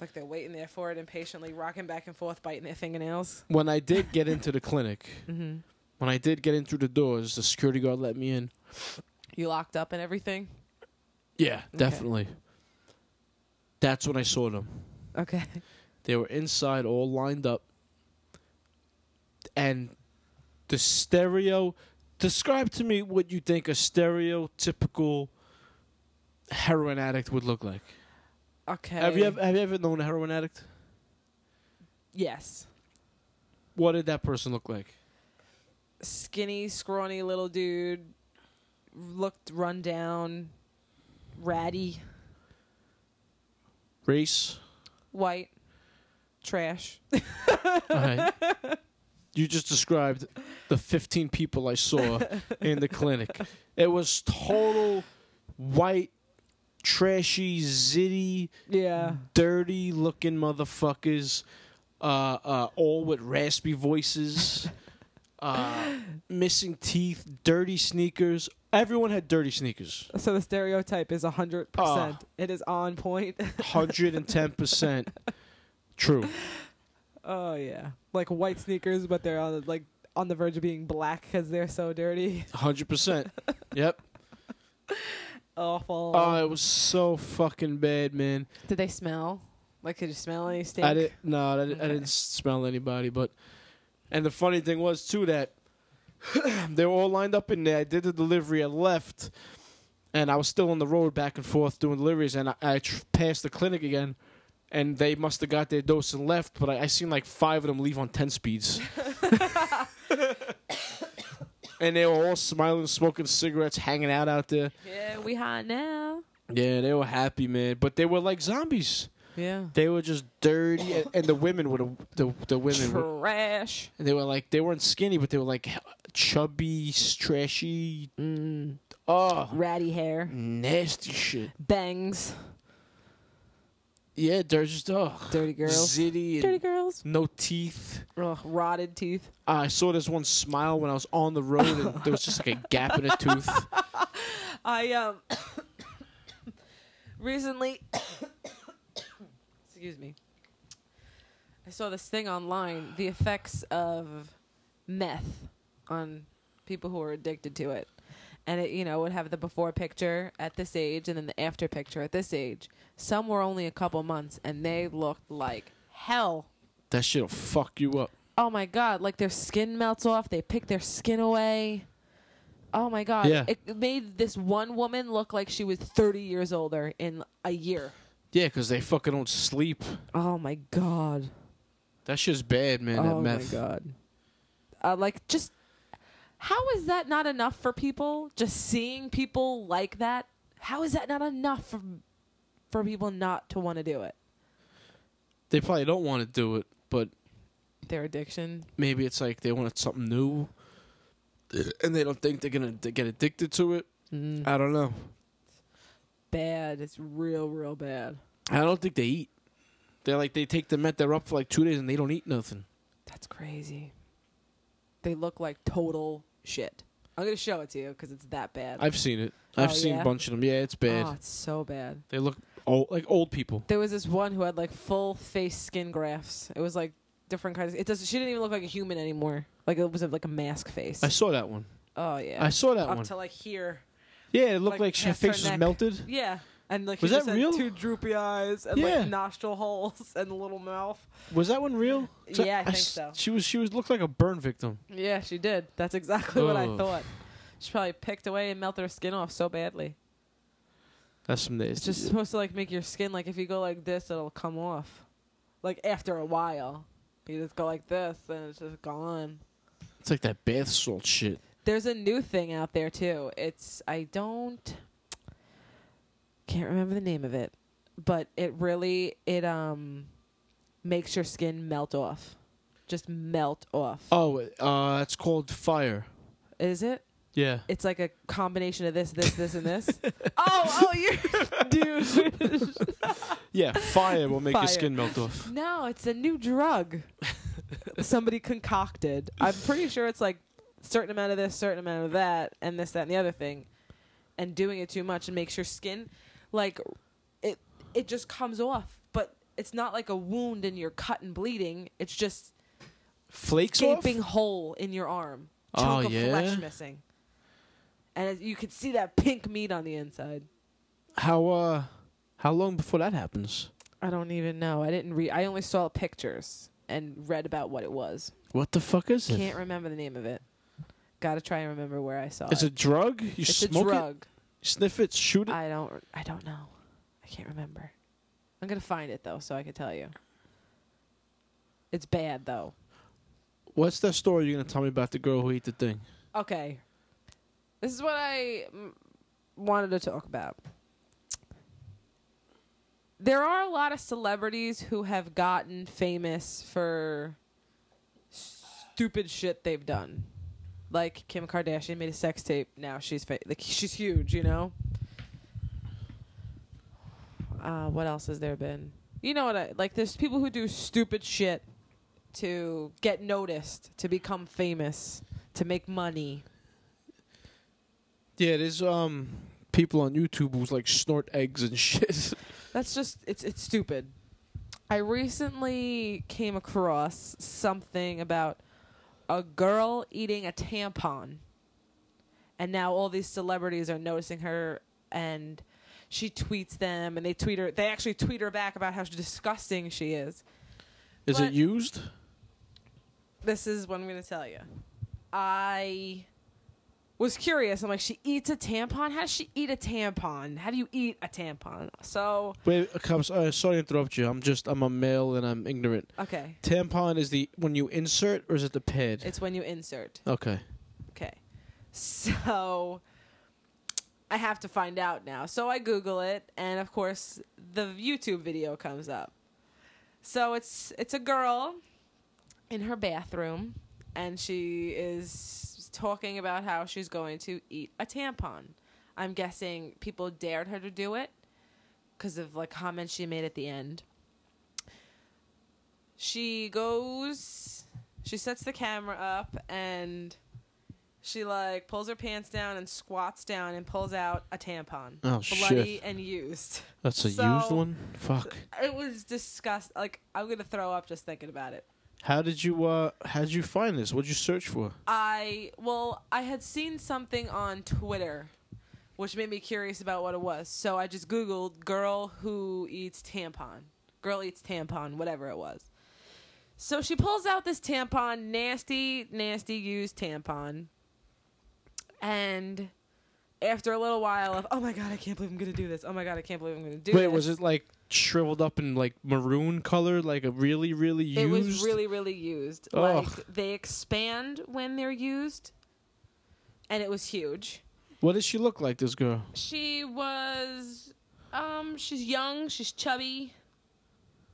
S4: Like they're waiting there for it impatiently, rocking back and forth, biting their fingernails.
S3: When I did get into the clinic,
S4: Mm-hmm.
S3: when I did get in through the doors, the security guard let me in.
S4: You locked up and everything.
S3: Yeah, definitely. That's when I saw them.
S4: Okay.
S3: They were inside, all lined up, and the stereo. Describe to me what you think a stereotypical heroin addict would look like.
S4: Okay.
S3: Have you ever, have you ever known a heroin addict?
S4: Yes.
S3: What did that person look like?
S4: Skinny, scrawny little dude looked run down, ratty,
S3: Race.
S4: white, trash.
S3: All right. You just described the 15 people I saw in the clinic. It was total white, trashy, zitty,
S4: Yeah.
S3: dirty looking motherfuckers, uh, uh, all with raspy voices, uh, missing teeth, dirty sneakers. Everyone had dirty sneakers.
S4: So the stereotype is hundred percent.
S3: Ah.
S4: It is on point.
S3: 110% true.
S4: Oh yeah, like white sneakers, but they're on like on the verge of being black because they're so dirty.
S3: 100%. Yep.
S4: Awful.
S3: Oh, it was so fucking bad, man.
S4: Did they smell? Like, could you smell any stink?
S3: I didn't. No, I didn't, I
S4: Okay.
S3: didn't smell anybody. But and the funny thing was too that they were all lined up in there. I did the delivery. I left, and I was still on the road back and forth doing deliveries. And I, I tr- passed the clinic again, and they must have got their dose and left. But I, I seen like five of them leave on ten speeds, and they were all smiling, smoking cigarettes, hanging out out there.
S4: Yeah, we high now.
S3: Yeah, they were happy, man. But they were like zombies.
S4: Yeah.
S3: They were just dirty, and, and the women were the the, the women. Were,
S4: Trash.
S3: and they were like they weren't skinny, but they were like chubby, trashy. Oh,
S4: Ratty hair.
S3: nasty shit.
S4: Bangs.
S3: Yeah, they're just oh
S4: Dirty girls.
S3: zitty, and
S4: Dirty girls.
S3: no teeth.
S4: Ugh, rotted teeth.
S3: I saw this one smile when I was on the road, and there was just like a gap in a tooth.
S4: I um recently excuse me. I saw this thing online, the effects of meth on people who are addicted to it. And it, you know, would have the before picture at this age and then the after picture at this age. Some were only a couple months and they looked like hell.
S3: That shit'll fuck you up.
S4: Oh my god, like their skin melts off, they pick their skin away. Oh my god.
S3: Yeah.
S4: It made this one woman look like she was 30 years older in a year.
S3: Yeah, 'cause they fucking don't sleep.
S4: Oh my god.
S3: That shit's bad, man. that
S4: oh
S3: meth.
S4: my god. Uh, like just how is that not enough for people just seeing people like that? How is that not enough for for people not to want to do it?
S3: They probably don't want to do it, but
S4: Their addiction.
S3: maybe it's like they wanted something new, and they don't think they're gonna d- get addicted to it.
S4: Mm,
S3: I don't know.
S4: bad. It's real real bad.
S3: I don't think they eat. They're like they take the meth, they're up for like two days, and they don't eat nothing.
S4: That's crazy. They look like total shit. I'm gonna show it to you because it's that bad.
S3: I've seen it. I've
S4: Oh,
S3: seen
S4: yeah?
S3: a bunch of them. Yeah, it's bad.
S4: Oh, it's so bad.
S3: They look old, like old people.
S4: There was this one who had like full face skin grafts. It was like different kinds. It does. She didn't even look like a human anymore. Like it was a, like a mask face.
S3: I saw that one.
S4: oh yeah.
S3: I saw that
S4: Up
S3: one.
S4: to like here.
S3: yeah, it looked like,
S4: like,
S3: her
S4: past her
S3: face was
S4: neck.
S3: melted.
S4: Yeah. And like
S3: Was
S4: she
S3: that
S4: just had
S3: real?
S4: two droopy eyes and
S3: Yeah.
S4: like nostril holes and a little mouth.
S3: Was that one real?
S4: Yeah, I think
S3: s-
S4: so.
S3: She was she was looked like a burn victim.
S4: Yeah, she did. That's exactly what I
S3: Ugh.
S4: thought. She probably picked away and melted her skin off so badly.
S3: That's some days.
S4: It's just supposed to like make your skin like if you go like this, it'll come off. Like after a while, you just go like this, and it's just gone.
S3: it's like that bath salt shit.
S4: There's a new thing out there too. It's I don't can't remember the name of it, but it really it um makes your skin melt off, just melt off.
S3: Oh, uh, it's called fire.
S4: Is it?
S3: Yeah.
S4: It's like a combination of this, this, this, and this. oh, oh, you dude.
S3: Yeah, fire will make
S4: Fire.
S3: your skin melt off.
S4: No, it's a new drug somebody concocted. I'm pretty sure it's like certain amount of this, certain amount of that, and this, that, and the other thing. And doing it too much and makes your skin like it it just comes off. But it's not like a wound and you're cut and bleeding. It's just
S3: Flakes
S4: gaping
S3: off.
S4: hole in your arm.
S3: Oh,
S4: Chunk of
S3: yeah?
S4: flesh missing. And it- you could see that pink meat on the inside.
S3: How uh, how long before that happens?
S4: I don't even know. I didn't read. I only saw pictures and read about what it was.
S3: What the fuck is it?
S4: Can't remember the name of it. Got to try and remember where I saw
S3: It's
S4: it.
S3: a drug. You
S4: it's a
S3: smoke
S4: drug.
S3: it, sniff it, shoot it.
S4: I don't. I don't know. I can't remember. I'm gonna find it though, so I can tell you. It's bad though.
S3: What's that story you're gonna tell me about the girl who ate the thing?
S4: Okay, this is what I mm, wanted to talk about. There are a lot of celebrities who have gotten famous for stupid shit they've done. Like Kim Kardashian made a sex tape. Now she's fa- like she's huge, you know. Uh, what else has there been? You know what? I, like there's people who do stupid shit to get noticed, to become famous, to make money.
S3: Yeah, there's um people on YouTube who's like snort eggs and shit.
S4: That's just it's it's stupid. I recently came across something about a girl eating a tampon. And now all these celebrities are noticing her and she tweets them and they tweet her they actually tweet her back about how disgusting she is.
S3: Is
S4: But-
S3: it used?
S4: This is what I'm going to tell you. I was curious. I'm like, she eats a tampon. How does she eat a tampon? How do you eat a tampon? So
S3: Wait, uh, cops, uh, sorry to interrupt you. I'm just I'm a male and I'm ignorant.
S4: okay,
S3: Tampon is the when you insert or is it the pad?
S4: it's when you insert.
S3: okay.
S4: Okay. So I have to find out now. So I Google it and of course the YouTube video comes up. So it's it's a girl in her bathroom and she is talking about how she's going to eat a tampon. I'm guessing people dared her to do it because of like comments she made at the end. She goes she sets the camera up and she like pulls her pants down and squats down and pulls out a tampon.
S3: Oh,
S4: bloody
S3: shit.
S4: and used.
S3: That's a
S4: So-
S3: used one. Fuck.
S4: It was disgust like I'm gonna throw up just thinking about it.
S3: How did you uh how did you find this? What'd you search for?
S4: I well, I had seen something on Twitter which made me curious about what it was. So I just googled girl who eats tampon. Girl eats tampon, whatever it was. So she pulls out this tampon, nasty, nasty used tampon. And after a little while of, oh my god, I can't believe I'm gonna do this. Oh my god, I can't believe I'm gonna do
S3: Wait,
S4: this.
S3: was it like shriveled up in like maroon color, like a really really used?
S4: It was really, really used.
S3: Ugh.
S4: Like they expand when they're used, and it was huge.
S3: What does she look like, this girl?
S4: She was, um, she's young. She's chubby,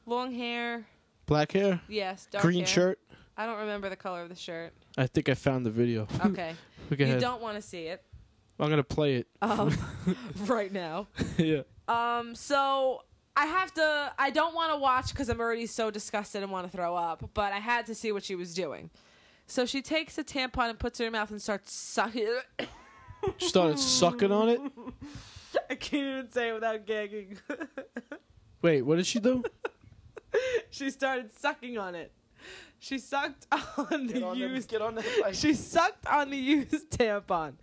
S4: long hair.
S3: Black hair,
S4: Yes, dark
S3: green
S4: hair.
S3: shirt.
S4: I don't remember the color of the shirt.
S3: I think I found the video.
S4: Okay,
S3: Look
S4: Uh, you
S3: ahead.
S4: don't want to see it
S3: I'm gonna play it.
S4: um, right now.
S3: yeah.
S4: Um, so I have to. I don't want to watch because I'm already so disgusted and want to throw up. But I had to see what she was doing. So she takes a tampon and puts it in her mouth and starts sucking.
S3: She started sucking on it.
S4: I can't even say it without gagging.
S3: Wait, what did she do?
S4: she started sucking on it. She sucked on the used.
S3: on the
S4: she sucked on the used tampon.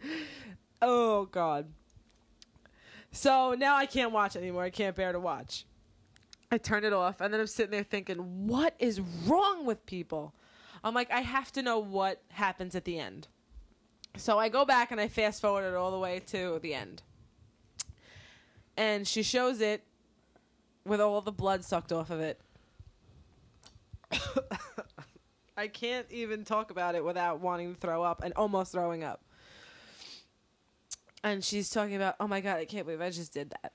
S4: Oh god. So now I can't watch anymore. I can't bear to watch. I turn it off and then I'm sitting there thinking, what is wrong with people? I'm like, I have to know what happens at the end. So I go back and I fast forward it all the way to the end. And she shows it with all the blood sucked off of it. I can't even talk about it without wanting to throw up and almost throwing up. And she's talking about, oh my God, I can't believe I just did that.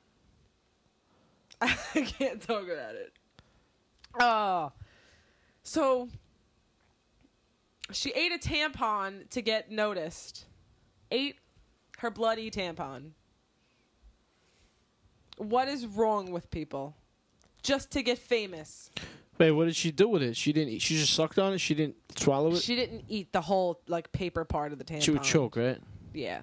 S4: I can't talk about it. Oh. So she ate a tampon to get noticed. Ate her bloody tampon. What is wrong with people? Just to get famous.
S3: Wait, what did she do with it? She didn't. eat- She just sucked on it. She didn't swallow it. She,
S4: She didn't eat the whole like paper part of the tampon.
S3: would choke, right?
S4: Yeah.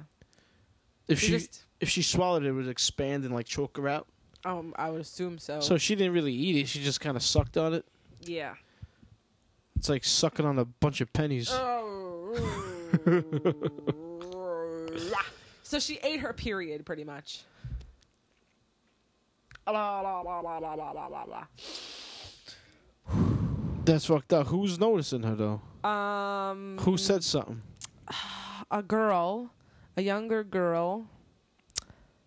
S3: If
S4: She
S3: she
S4: just-
S3: if she swallowed it, it would expand and like choke her out.
S4: Um, I would assume so.
S3: So she didn't really eat it. She just kind of sucked on it.
S4: yeah.
S3: It's like sucking on a bunch of
S4: Oh,
S3: pennies.
S4: so she ate her period pretty much.
S3: That's fucked up. Who's noticing her though?
S4: Um,
S3: Who said something?
S4: a girl, a younger girl.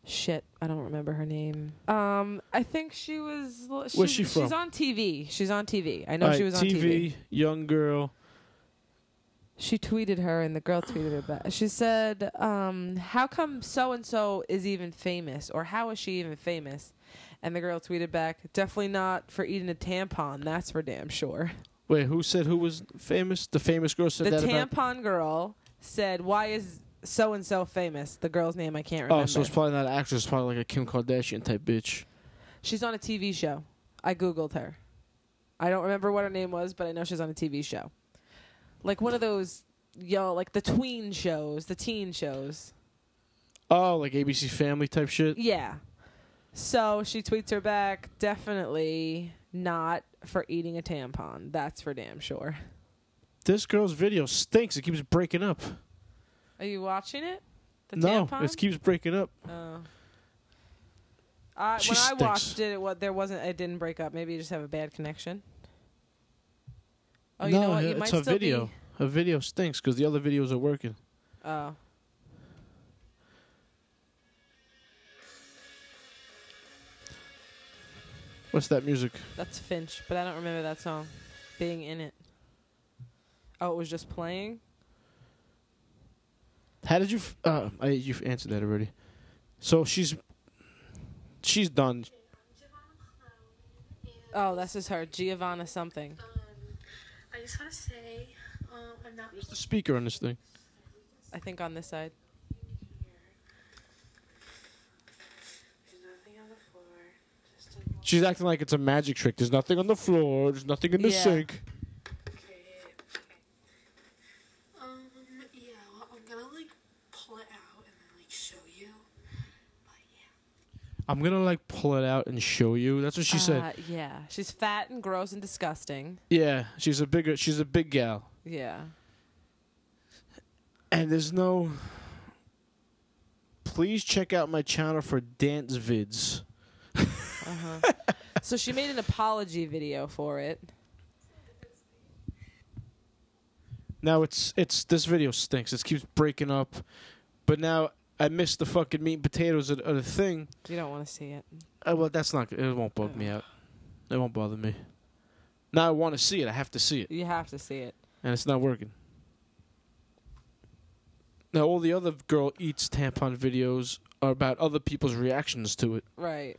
S4: Shit, I don't remember her name. Um, I think she was. She's,
S3: Where's she
S4: She's
S3: from?
S4: on TV. She's on TV. I know
S3: Alright,
S4: she was on TV.
S3: Young girl.
S4: she tweeted her and the girl tweeted her back. She said, um, how come so and so is even famous or how is she even famous? And the girl tweeted back, definitely not for eating a tampon. That's for damn sure.
S3: Wait, who said who was famous? The famous girl said
S4: the
S3: that about.
S4: tampon girl said, why is so and so famous? The girl's name I can't remember.
S3: Oh, so it's probably not an actress. It's probably like a Kim Kardashian type bitch.
S4: she's on a TV show. I Googled her. I don't remember what her name was, but I know she's on a TV show. Like one of those, you know, like the tween shows, the teen shows.
S3: Oh, like ABC Family type shit.
S4: Yeah. So she tweets her back, definitely not for eating a tampon. That's for damn sure.
S3: This girl's video stinks. It keeps breaking up.
S4: Are you watching it? The
S3: no,
S4: tampon?
S3: it keeps breaking up.
S4: Oh. I,
S3: She
S4: when I
S3: stinks.
S4: watched it, it wa- there wasn't. It didn't break up. Maybe you just have a bad connection. Oh, you know
S3: No,
S4: what? Oh, You
S3: it's
S4: might
S3: a
S4: still
S3: video.
S4: be.
S3: Her video stinks because the other videos are working.
S4: Oh,
S3: What's that music?
S4: That's Finch, but I don't remember that song being in it. Oh, it was just playing.
S3: How did you? F- uh, I you've answered that already. So she's she's done.
S4: Oh, that's just her, Giovanna something.
S5: Um, I just want to say, um, I'm not
S3: Where's the speaker on this thing?
S4: I think on this side.
S5: There's nothing on the floor. Just a
S3: She's acting like it's a magic trick. There's nothing on the floor. There's nothing in the
S4: Yeah.
S3: sink.
S5: bucket. Um, yeah, well, I'm gonna like pull it out and then like show you. But yeah.
S3: I'm gonna like pull it out and show you. That's what she said.
S4: Uh, "Yeah, she's fat and gross and disgusting."
S3: Yeah, she's a bigger. She's a big gal.
S4: Yeah,
S3: And there's no. Please check out my channel for dance vids.
S4: Uh-huh. so she made an apology video for it.
S3: Now it's it's this video stinks. It keeps breaking up, but now I missed the fucking meat and potatoes of, of the thing.
S4: You don't want to see it.
S3: Uh, well, that's not. good. It won't bug me out. It won't bother me. Now I want to see it. I have to see it,
S4: You have to see it.
S3: and it's not working. Now all the other girl eats tampon videos are about other people's reactions to it.
S4: Right.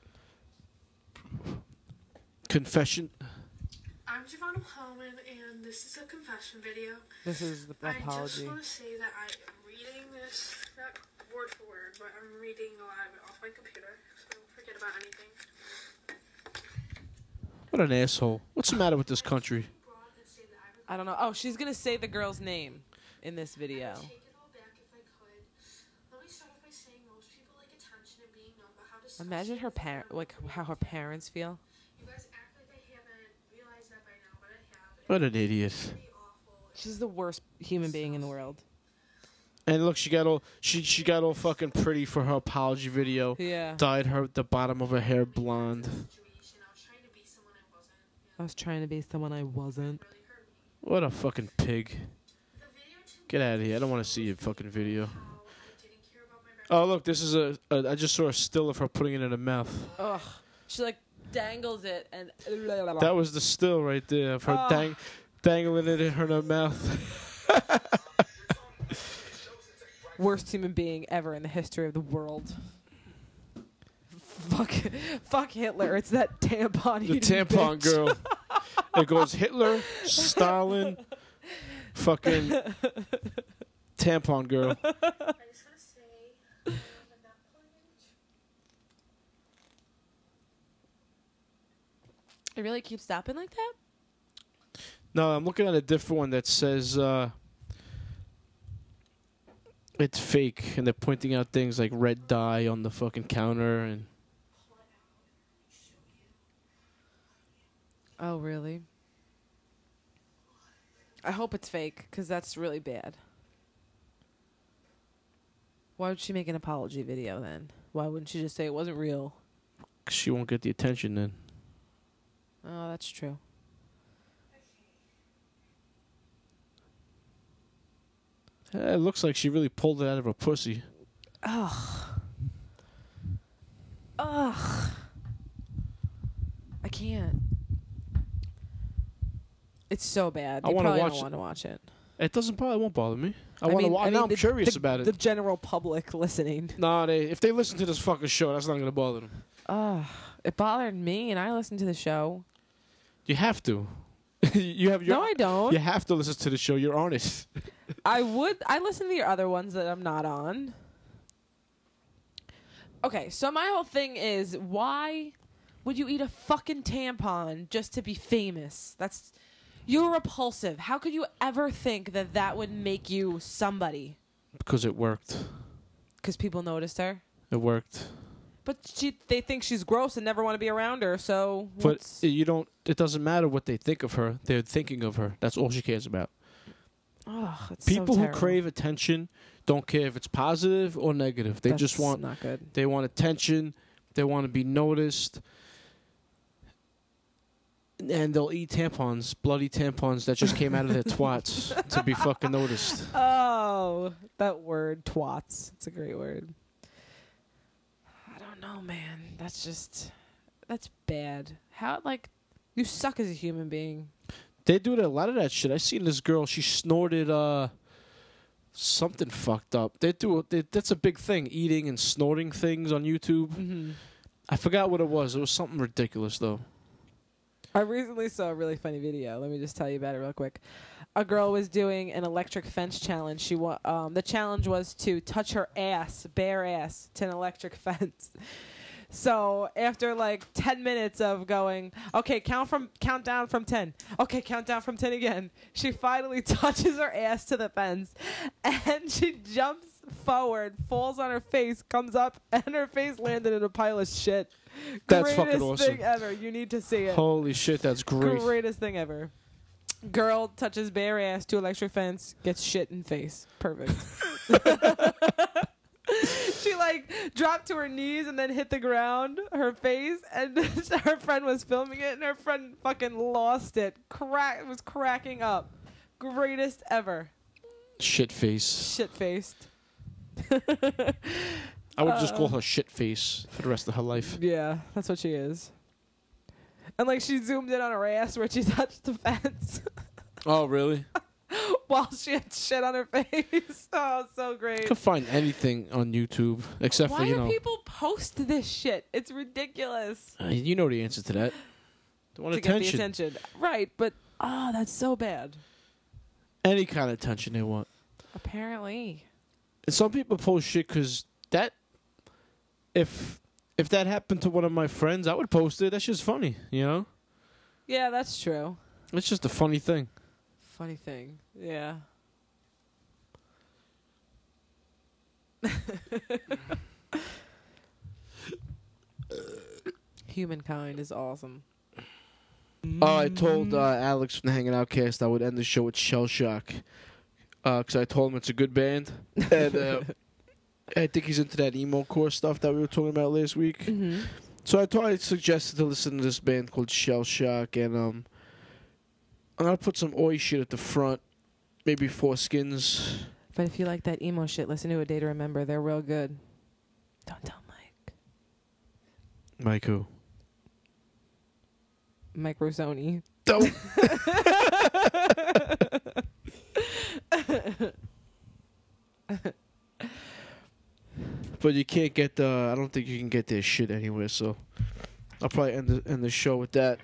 S3: Confession.
S5: I'm Javon Holman, and this is a confession video.
S4: This is the
S5: I just
S4: apology.
S5: want to say that I'm reading this, not word for word, but I'm reading a lot of it off my computer, so don't forget about anything.
S3: What an asshole. What's the matter with this country?
S5: Broad and say that I would
S4: I don't know. Oh, she's gonna say the girl's name in this video.
S5: take it all back if I could. Let me start off by saying most people like attention and being known, but how does
S4: Imagine her parent, like how her parents feel.
S5: You guys act like I haven't realized that by now, but I have. It's
S3: What an idiot.
S5: pretty awful.
S4: She's the worst human being in the world.
S3: And look, she got all she she got all fucking pretty for her apology video.
S4: Yeah.
S3: Dyed her the bottom of her hair blonde.
S5: Situation. I was trying to be someone I
S4: I was trying to be someone I wasn't.
S5: wasn't. It really hurt me.
S3: What a fucking pig.
S5: The video to me
S3: Get out of here. I don't want to see your fucking video.
S5: how I didn't care about my reputation.
S3: Oh look, this is a, a I just saw a still of her putting it in her mouth.
S4: Ugh. She like dangles it and.
S3: That was the still right there of her
S4: Oh.
S3: dang dangling it in her mouth.
S4: worst human being ever in the history of the world. Fuck, fuck Hitler. It's that tampon.
S3: The
S4: eating
S3: tampon
S4: bitch.
S3: girl. It goes Hitler, Stalin, fucking tampon girl.
S5: I just want to say, um, I'm not pulling any
S4: It really keeps stopping like that.
S3: No, I'm looking at a different one that says uh, it's fake, and they're pointing out things like red dye on the fucking counter, and
S4: Oh really? I hope it's fake because that's really bad. Why would she make an apology video then? Why wouldn't she just say it wasn't real?
S3: she won't get the attention then.
S4: Oh, that's true.
S3: Eh, It looks like she really pulled it out of her pussy.
S4: Ugh. I can't. It's so bad.
S3: I
S4: You
S3: wanna
S4: probably
S3: watch
S4: don't want to watch it.
S3: It doesn't bother. It won't bother me. I,
S4: mean-
S3: want to. I now
S4: mean,
S3: I'm
S4: the-
S3: curious
S4: the-
S3: about it.
S4: The general public listening.
S3: nah, they, if they listen to this fucking show, that's not gonna bother them.
S4: Ugh. It bothered me, and I listened to the show.
S3: You have to. you have your.
S4: no, I don't.
S3: You have to listen to the show. You're on it.
S4: I would. I listen to your other ones that I'm not on. Okay, so my whole thing is why would you eat a fucking tampon just to be famous? That's. You're repulsive. How could you ever think that that would make you somebody?
S3: Because it worked.
S4: Because people noticed her.
S3: It worked.
S4: But she, they think she's gross and never want to be around her. So,
S3: But
S4: what's-
S3: you don't. It doesn't matter what they think of her. They're thinking of her. That's all she cares about.
S4: Ugh, it's so
S3: People who
S4: terrible.
S3: crave attention don't care if it's positive or negative. They just
S4: That's
S3: want.
S4: not good.
S3: They want attention. They want to be noticed. And they'll eat tampons, bloody tampons that just came out of their twats to be fucking noticed.
S4: Oh, that word twats. It's a great word. I don't know, man. That's just that's bad. How like you suck as a human being.
S3: They do a lot of that shit. I seen this girl. She snorted uh something fucked up. They do. They, that's a big thing. Eating and snorting things on YouTube.
S4: Mm-hmm.
S3: I forgot what it was. It was something ridiculous though.
S4: I recently saw a really funny video. Let me just tell you about it real quick. A girl was doing an electric fence challenge. She wa- um, the challenge was to touch her ass, bare ass, to an electric fence. So after like ten minutes of going, okay, count from count down from ten. Okay, count down from ten again. She finally touches her ass to the fence, and she jumps forward, falls on her face, comes up, and her face landed in a pile of shit.
S3: That's
S4: Greatest
S3: fucking awesome.
S4: thing ever. You need to see it.
S3: Holy shit, that's great.
S4: Greatest thing ever. Girl touches bare ass to electric fence, gets shit in face. Perfect. she like dropped to her knees and then hit the ground, her face, and her friend was filming it, and her friend fucking lost it. Crack was cracking up. Greatest ever.
S3: Shit face.
S4: Shit faced.
S3: I would just call
S4: Uh.
S3: her shit face for the rest of her life.
S4: yeah, that's what she is. And like she zoomed in on her ass where she touched the fence.
S3: Oh really?
S4: while she had shit on her face. Oh, so
S3: You
S4: great.
S3: can find anything on YouTube except for
S4: Why
S3: you
S4: do
S3: know.
S4: people post this shit? It's ridiculous.
S3: Uh, you know the answer to that. They want
S4: To get the
S3: attention.
S4: attention. Right, but oh, that's so bad.
S3: Any kind of attention they want.
S4: Apparently.
S3: And some people post shit because that, if if that happened to one of my friends, I would post it. That's just funny, you know.
S4: Yeah, that's true.
S3: It's just a funny thing.
S4: Funny thing. Yeah. Humankind is awesome.
S3: Oh, I told uh, Alex from the Hanging Out Cast I would end the show with Shell Shock, because I told him it's a good band, and uh, I think he's into that emo core stuff that we were talking about last week.
S4: Mm-hmm.
S3: So I thought I suggested to listen to this band called Shell Shock, and um, I'm gonna put some oi shit at the front, maybe four skins.
S4: But if you like that emo shit, listen to A Day to Remember. They're real good. Don't tell Mike.
S3: Mike who?
S4: Mike Rosoni.
S3: Don't. but you can't get the. I don't think you can get their shit anywhere. So I'll probably end the, end the show with that.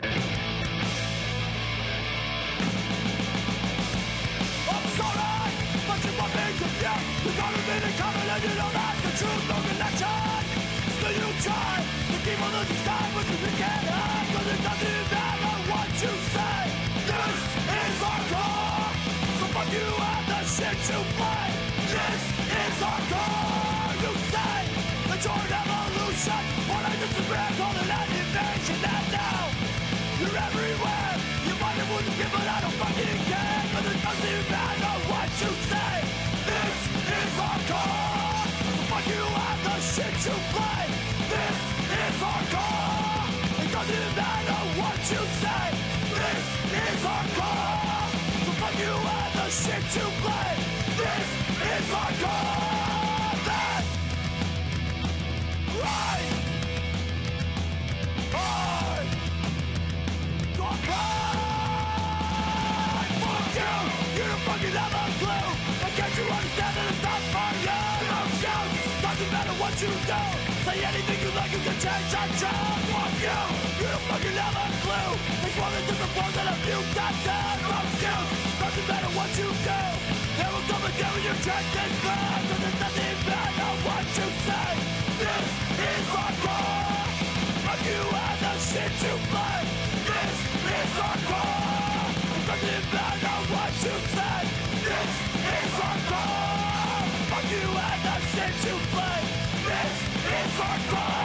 S6: Fuck you and the shit you play. This is our crime.